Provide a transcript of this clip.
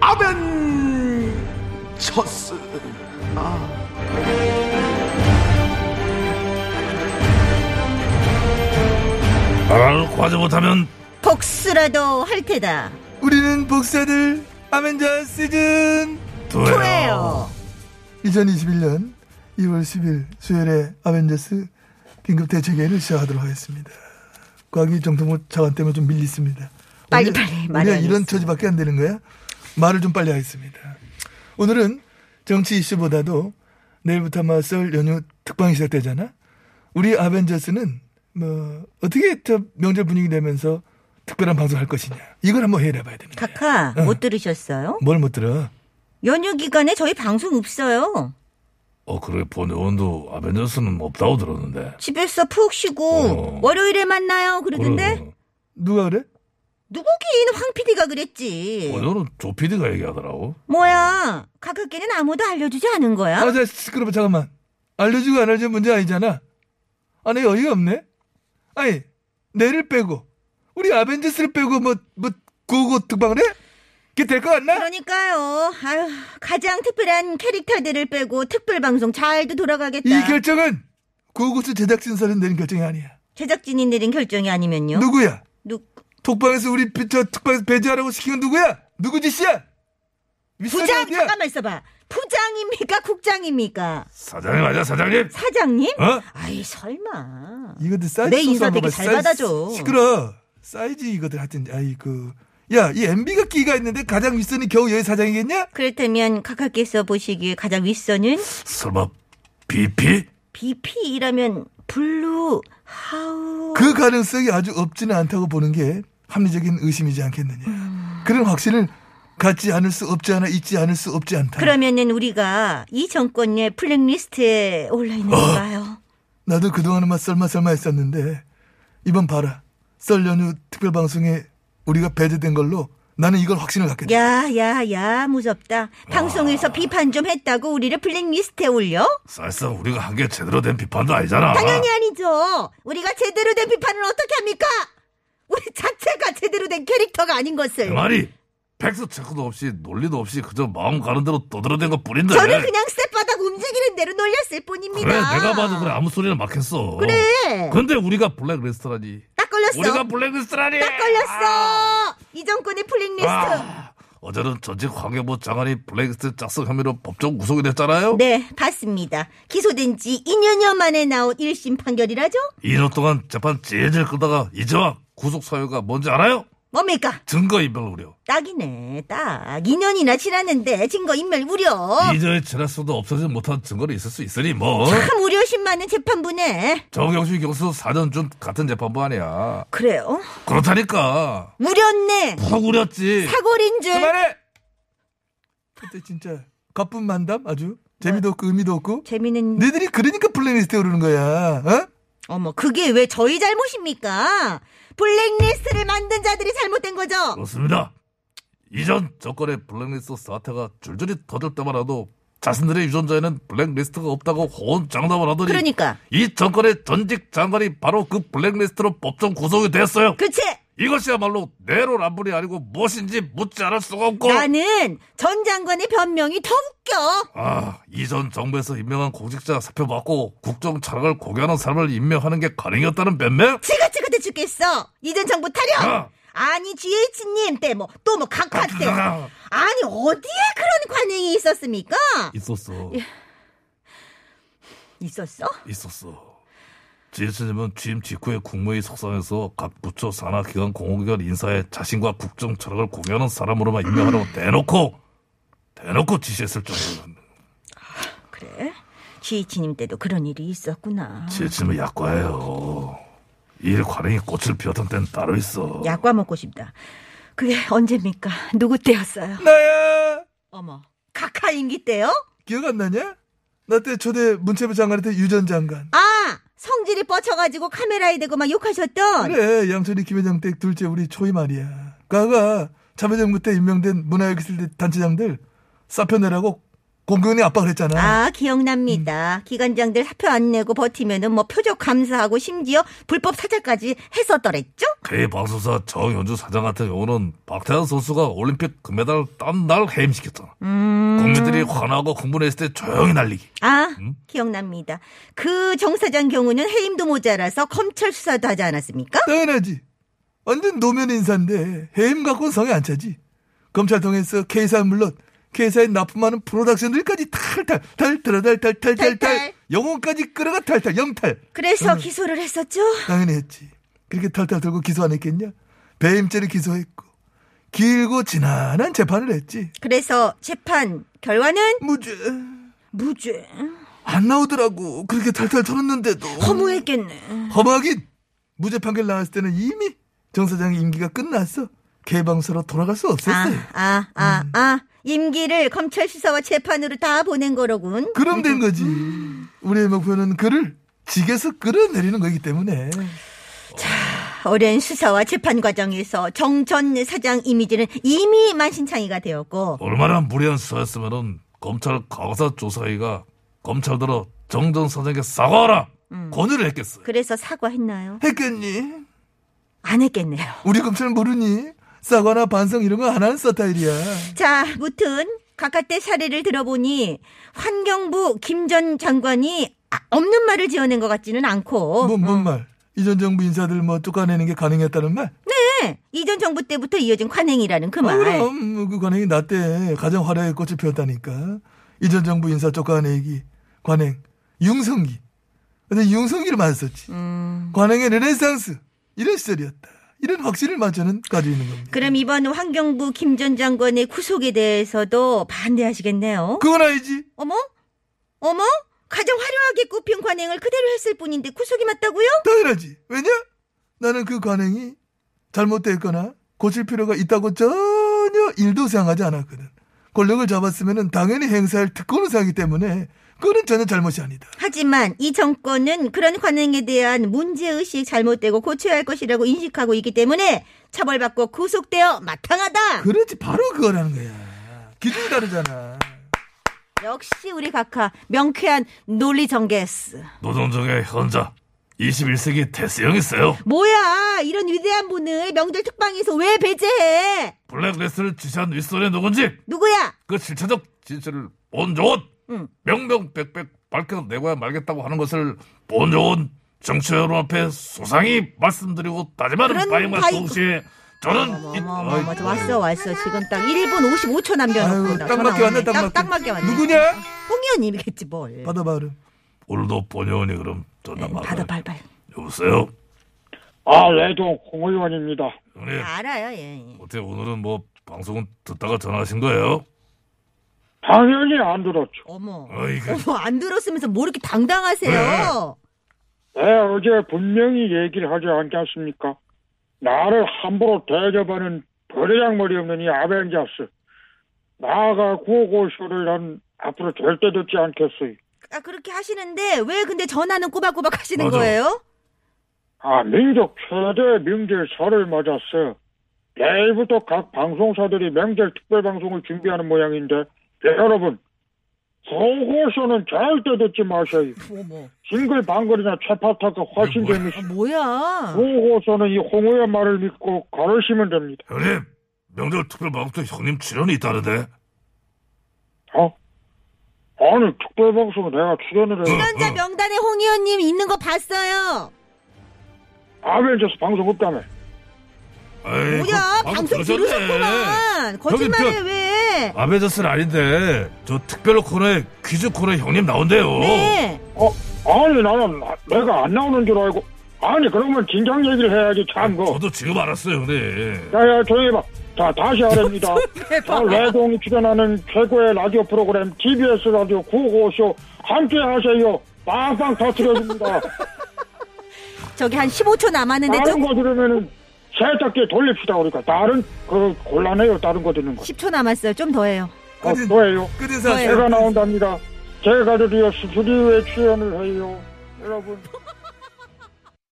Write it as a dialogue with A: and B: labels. A: 아벤처스.
B: 나라를 구하지 못하면
C: 복수라도 할 테다.
D: 우리는 복사들 아벤져 시즌
B: 두해요
D: 2021년 2월 10일 수요일에 아벤져스 긴급 대책회의를 시작하도록 하겠습니다. 과기 정통부 차관 때문에 좀 밀리습니다.
C: 빨리,
D: 오늘
C: 빨리 말이
D: 우리가
C: 안
D: 이런
C: 됐어.
D: 처지밖에 안 되는 거야? 말을 좀 빨리 하겠습니다. 오늘은 정치 이슈보다도 내일부터 아마 설 연휴 특방이 시작되잖아? 우리 아벤져스는 뭐 어떻게 저 명절 분위기 되면서 특별한 방송을 할 것이냐 이걸 한번 회의를 해봐야 됩니다.
C: 카카
D: 응.
C: 못 들으셨어요?
D: 뭘 못 들어?
C: 연휴 기간에 저희 방송 없어요.
B: 어 그래 본 의원도 아벤져스는 없다고 들었는데.
C: 집에서 푹 쉬고
B: 어.
C: 월요일에 만나요 그러던데
B: 그래.
D: 누가 그래?
C: 누구긴 황 PD가 그랬지.
B: 오늘은 조 PD가 얘기하더라고.
C: 뭐야 카카께는 아무도 알려주지 않은 거야?
D: 아, 자, 시끄러워, 잠깐만. 알려주고 안 알려준 문제 아니잖아. 아, 내 어이가 없네? 아니, 내를 빼고, 우리 아벤져스를 빼고, 뭐, 뭐, 고고 특방을 해? 그게 될 것 같나?
C: 그러니까요. 아유, 가장 특별한 캐릭터들을 빼고 특별 방송 잘도 돌아가겠다.
D: 이 결정은 고고수 제작진사는 내린 결정이 아니야.
C: 제작진이 내린 결정이 아니면요.
D: 누구야?
C: 누-
D: 톡방에서 우리 비- 저 특방에서 배제하라고 시킨 건 누구야? 누구 짓이야? 윗사람이
C: 부장
D: 어디야?
C: 잠깐만 있어봐. 부장입니까 국장입니까?
B: 사장님 맞아 사장님.
C: 사장님?
B: 어?
C: 아이 설마.
D: 이것들 사이즈
C: 내
D: 소스
C: 인사
D: 한번
C: 되게
D: 봐봐.
C: 잘
D: 사이즈
C: 받아줘.
D: 시끄러. 사이즈 이거들 하여튼 아이 그. 야, 이 MB가 끼가 있는데 가장 윗선이 겨우 여의 사장이겠냐?
C: 그렇다면 카카께서 보시기에 가장 윗선은
B: 설마 BP?
C: BP이라면 블루 하우.
D: 그 가능성이 아주 없지는 않다고 보는 게 합리적인 의심이지 않겠느냐. 그런 확신을 갖지 않을 수 없지 않아 있지 않을 수 없지 않다.
C: 그러면은 우리가 이 정권의 플랙리스트에 올라 있는
B: 어.
C: 건가요?
D: 나도 그동안은 막 썰마 썰마 했었는데 이번 봐라. 썰 연휴 특별 방송에 우리가 배제된 걸로 나는 이걸 확신을 갖게 다
C: 야야야 무섭다. 방송에서 비판 좀 했다고 우리를 플랙리스트에 올려?
B: 사실상 우리가 한 게 제대로 된 비판도 아니잖아.
C: 당연히 아니죠. 우리가 제대로 된 비판을 어떻게 합니까? 우리 자체가 제대로 된 캐릭터가 아닌 것을.
B: 내그 말이 팩스 체크도 없이 논리도 없이 그저 마음 가는 대로 떠들어댄 것 뿐인데.
C: 저를 그냥 쌔바닥 움직이는 대로 놀렸을 뿐입니다.
B: 그래 내가 봐도 그래 아무 소리나 막 했어.
C: 그래.
B: 근데 우리가 블랙리스트라니.
C: 딱 걸렸어.
B: 우리가 아. 블랙리스트라니.
C: 딱 걸렸어. 이 정권의 플링리스트.
B: 아, 어제는 전직 환경부 장관이 블랙리스트 작성 혐의로 법정 구속이 됐잖아요.
C: 네, 봤습니다. 기소된 지 2년여 만에 나온 1심 판결이라죠?
B: 2년 동안 재판 질질 끄다가 이제와 구속 사유가 뭔지 알아요?
C: 뭡니까?
B: 증거 인멸 우려.
C: 딱이네, 딱. 2년이나 지났는데 증거인멸 우려.
B: 이전에 지났어도 없어지지 못한 증거는 있을 수 있으니 뭐.
C: 참 우려심 많은 재판부네.
B: 정경수 교수 4년 준 같은 재판부 아니야.
C: 그래요?
B: 그렇다니까.
C: 우렸네.
B: 푹 우렸지.
C: 사골인 줄.
D: 그만해. 그때 진짜 가쁜 만담 아주
C: 네.
D: 재미도 없고 의미도 없고
C: 재미는.
D: 니들이 그러니까 플레이리스트에 오르는 거야. 어?
C: 어머, 그게 왜 저희 잘못입니까? 블랙리스트를 만든 자들이 잘못된
D: 어,
C: 거죠?
B: 그렇습니다. 이전 정권의 블랙리스트 사태가 줄줄이 터질 때마다도 자신들의 유전자에는 블랙리스트가 없다고 호언장담을 하더니
C: 그러니까.
B: 이 정권의 전직 장관이 바로 그 블랙리스트로 법정 구속이 됐어요.
C: 그치?
B: 이것이야말로 내로남불이 아니고 무엇인지 묻지 않을 수가
D: 어.
B: 없고
C: 나는 전 장관의 변명이 더 웃겨.
B: 아 이전 정부에서 임명한 공직자 사표받고 국정 철학을 고개하는 사람을 임명하는 게 가능했다는 변명?
C: 지긋지긋해 죽겠어. 이전 정부 타령.
B: 어.
C: 아니 GH님 때 뭐 또 뭐 각하 때.
B: 아.
C: 아니 어디에 그런 관행이 있었습니까?
B: 있었어
C: 있었어?
B: 있었어 지혜진님은 취임 직후에 국무회의 석상에서 각 부처 산하 기관 공공기관 인사에 자신과 국정 철학을 공유하는 사람으로만 임명하라고 대놓고 대놓고 지시했을 정도는
C: 그래. GH님 때도 그런 일이 있었구나.
B: 지혜진은 약과예요 일 관행이 꽃을 피웠던 땐 따로 있어
C: 약과 먹고 싶다. 그게 언제입니까? 누구 때였어요?
B: 네.
D: 나야.
C: 어머. 4차 임기 때요?
D: 기억 안 나냐? 나 때 초대 문체부 장관한테 유전 장관.
C: 아, 성질이 뻗쳐가지고 카메라에 대고 막 욕하셨던.
D: 그래 양철이 김회장 댁 둘째 우리 초이 말이야. 가가 참여정부 때 임명된 문화예술대 단체장들 사표내라고 공교원이 압박을 했잖아.
C: 아, 기억납니다. 기관장들 사표 안 내고 버티면은 뭐 표적 감사하고 심지어 불법 사찰까지 했었더랬죠?
B: K 그 방송사 정현주 사장 같은 경우는 박태환 선수가 올림픽 금메달 딴 날 해임시켰잖아. 국민들이 화나고 흥분했을 때 조용히 날리기.
C: 아,
D: 음?
C: 기억납니다. 그 정사장 경우는 해임도 모자라서 검찰 수사도 하지 않았습니까?
D: 당연하지. 완전 노면 인사인데 해임 갖고는 성에 안 차지. 검찰 통해서 K사 물론 K사에 납품하는 프로덕션들까지 탈탈 탈탈탈탈탈탈
C: 탈탈.
D: 영혼까지 끌어가 탈탈 영탈.
C: 그래서 기소를 했었죠?
D: 당연히 했지. 그렇게 탈탈 털고 기소 안 했겠냐? 배임죄를 기소했고 길고 지난한 재판을 했지.
C: 그래서 재판 결과는
D: 무죄
C: 무죄.
D: 안 나오더라고. 그렇게 탈탈 털었는데도
C: 허무했겠네.
D: 허무하긴 무죄 판결 나왔을 때는 이미 정 사장의 임기가 끝났어. 개방서로 돌아갈 수
C: 아,
D: 없었어요. 음.
C: 아, 아, 아. 임기를 검찰 수사와 재판으로 다 보낸 거로군.
D: 그럼 된 거지. 우리의 목표는 그를 직에서 끌어내리는 거기 때문에
C: 오랜 수사와 재판 과정에서 정 전 사장 이미지는 이미 만신창이가 되었고
B: 얼마나 무리한 수사였으면은 검찰 과거사 조사위가 검찰 들어 정전 사장에게 사과하라 권유를 했겠어요.
C: 그래서 사과했나요?
D: 했겠니?
C: 안 했겠네요.
D: 우리 검찰 모르니 사과나 반성 이런 거 안 하는 스타일이야.
C: 자, 무튼 각각대 사례를 들어보니 환경부 김 전 장관이 아, 없는 말을 지어낸 어. 것 같지는 않고
D: 뭐, 뭔, 뭔 말? 이전 정부 인사들 뭐 쫓아내는 게 가능했다는 말?
C: 네, 이전 정부 때부터 이어진 관행이라는 그
D: 아,
C: 말.
D: 그럼 그 관행이 나 때 가장 화려하게 꽃이 피었다니까. 이전 정부 인사 쫓아내기 관행 융성기. 근데 융성기를 맞았었지.
C: 음.
D: 관행의 르네상스 이런 시절이었다. 이런 확신을 맞춰는 가지고 있는 겁니다.
C: 그럼 이번 환경부 김 전 장관의 구속에 대해서도 반대하시겠네요.
D: 그건 아니지.
C: 어머? 어머? 가장 화려하게 꽃핀 관행을 그대로 했을 뿐인데 구속이 맞다고요?
D: 당연하지. 왜냐? 나는 그 관행이 잘못됐거나 고칠 필요가 있다고 전혀 일도 생각하지 않았거든. 권력을 잡았으면 당연히 행사할 특권을 사기 때문에 그거는 전혀 잘못이 아니다.
C: 하지만 이 정권은 그런 관행에 대한 문제의식 잘못되고 고쳐야 할 것이라고 인식하고 있기 때문에 처벌받고 구속되어 마땅하다.
D: 그렇지 바로 그거라는 거야. 기준이 다르잖아.
C: 역시 우리 각하 명쾌한 논리 전개스.
B: 노동정의 현자 21세기 대수형이 있어요.
C: 뭐야 이런 위대한 분을 명절 특방에서 왜 배제해?
B: 블랙리스트를 지시한 윗선이 누군지
C: 누구야?
B: 그 실체적 진실을 본조원
C: 응.
B: 명명백백 밝혀내고야 말겠다고 하는 것을 본조원 정치 여러분 앞에 소상히 말씀드리고
C: 그런
B: 다짐하는 바이마
C: 바이-
B: 동시에 저는 이-
C: 어머머머
B: 아이,
C: 왔어 왔어 지금 딱 1분 55초
D: 아유
C: 남겨놓고
D: 딱 맞게 왔네 딱 맞게.
C: 딱 맞게 왔네.
D: 누구냐?
C: 홍의원님이겠지 뭘.
D: 받아봐 그럼.
B: 오늘도 본의원이 그럼 전화 받아
C: 받아 발발.
B: 여보세요
E: 아, 레동 홍의원입니다.
D: 네.
B: 형님
C: 알아요 예. 예.
B: 어떻게 오늘은 뭐 방송은 듣다가 전화하신 거예요?
E: 당연히 안 들었죠.
C: 어머.
B: 어이 그
C: 어머 안 들었으면서 뭐 이렇게 당당하세요?
E: 네, 어제 분명히 얘기를 하지 않겠습니까? 나를 함부로 대접하는 버려장머리 없는 이 아벤자스. 나가 구호고쇼를 난 앞으로 절대 듣지 않겠어요.
C: 아 그렇게 하시는데 왜 근데 전화는 꼬박꼬박 하시는
B: 맞아.
C: 거예요?
E: 아, 민족 최대 명절 설을 맞았어. 내일부터 각 방송사들이 명절 특별방송을 준비하는 모양인데, 네, 여러분, 구호고쇼는 절대 듣지 마셔요.
C: 어머.
E: 싱글방글이나 최파타가 훨씬
B: 이게
E: 재밌어.
C: 아, 뭐야?
E: 보고서는 이 홍우의 말을 믿고 걸으시면 됩니다.
B: 형님 명절 특별 방송 형님 출연이 있다는데
E: 어? 아니 특별방송 내가 출연을 해요.
B: 어,
C: 출연자 명단에 홍 의원님 있는 거 봤어요.
E: 아벤져스 방송 없다며.
B: 아이,
C: 뭐야
B: 그
C: 방송
B: 들으셨네.
C: 들으셨구만.
B: 저기
C: 거짓말해
B: 저-
C: 왜?
B: 아베저스는 아닌데 저 특별 코너에 퀴즈 코너에 형님 나온대요.
C: 네.
E: 어? 아니 나는 나- 내가 안 나오는 줄 알고. 아니 그러면 진작 얘기를 해야지 참 거.
B: 저도 지금 알았어요, 형님.
E: 야야 조용히 해봐. 자 다시 하랍니다. 자, 레동이 출연하는 최고의 라디오 프로그램 TBS 라디오 구호쇼 함께 하세요. 빵빵 터트려줍니다.
C: 저기 한 15초 남았는데
E: 다른
C: 좀
E: 거 들으면은 세탁기에 돌립시다 그러니까 다른 그 곤란해요 다른 거 듣는 거.
C: 10초 남았어요. 좀 더해요.
E: 어,
D: 끝인,
E: 또 해요.
D: 끝인사
E: 제가 나온답니다. 제가 드디어 스튜디오에 출연을 해요. 여러분.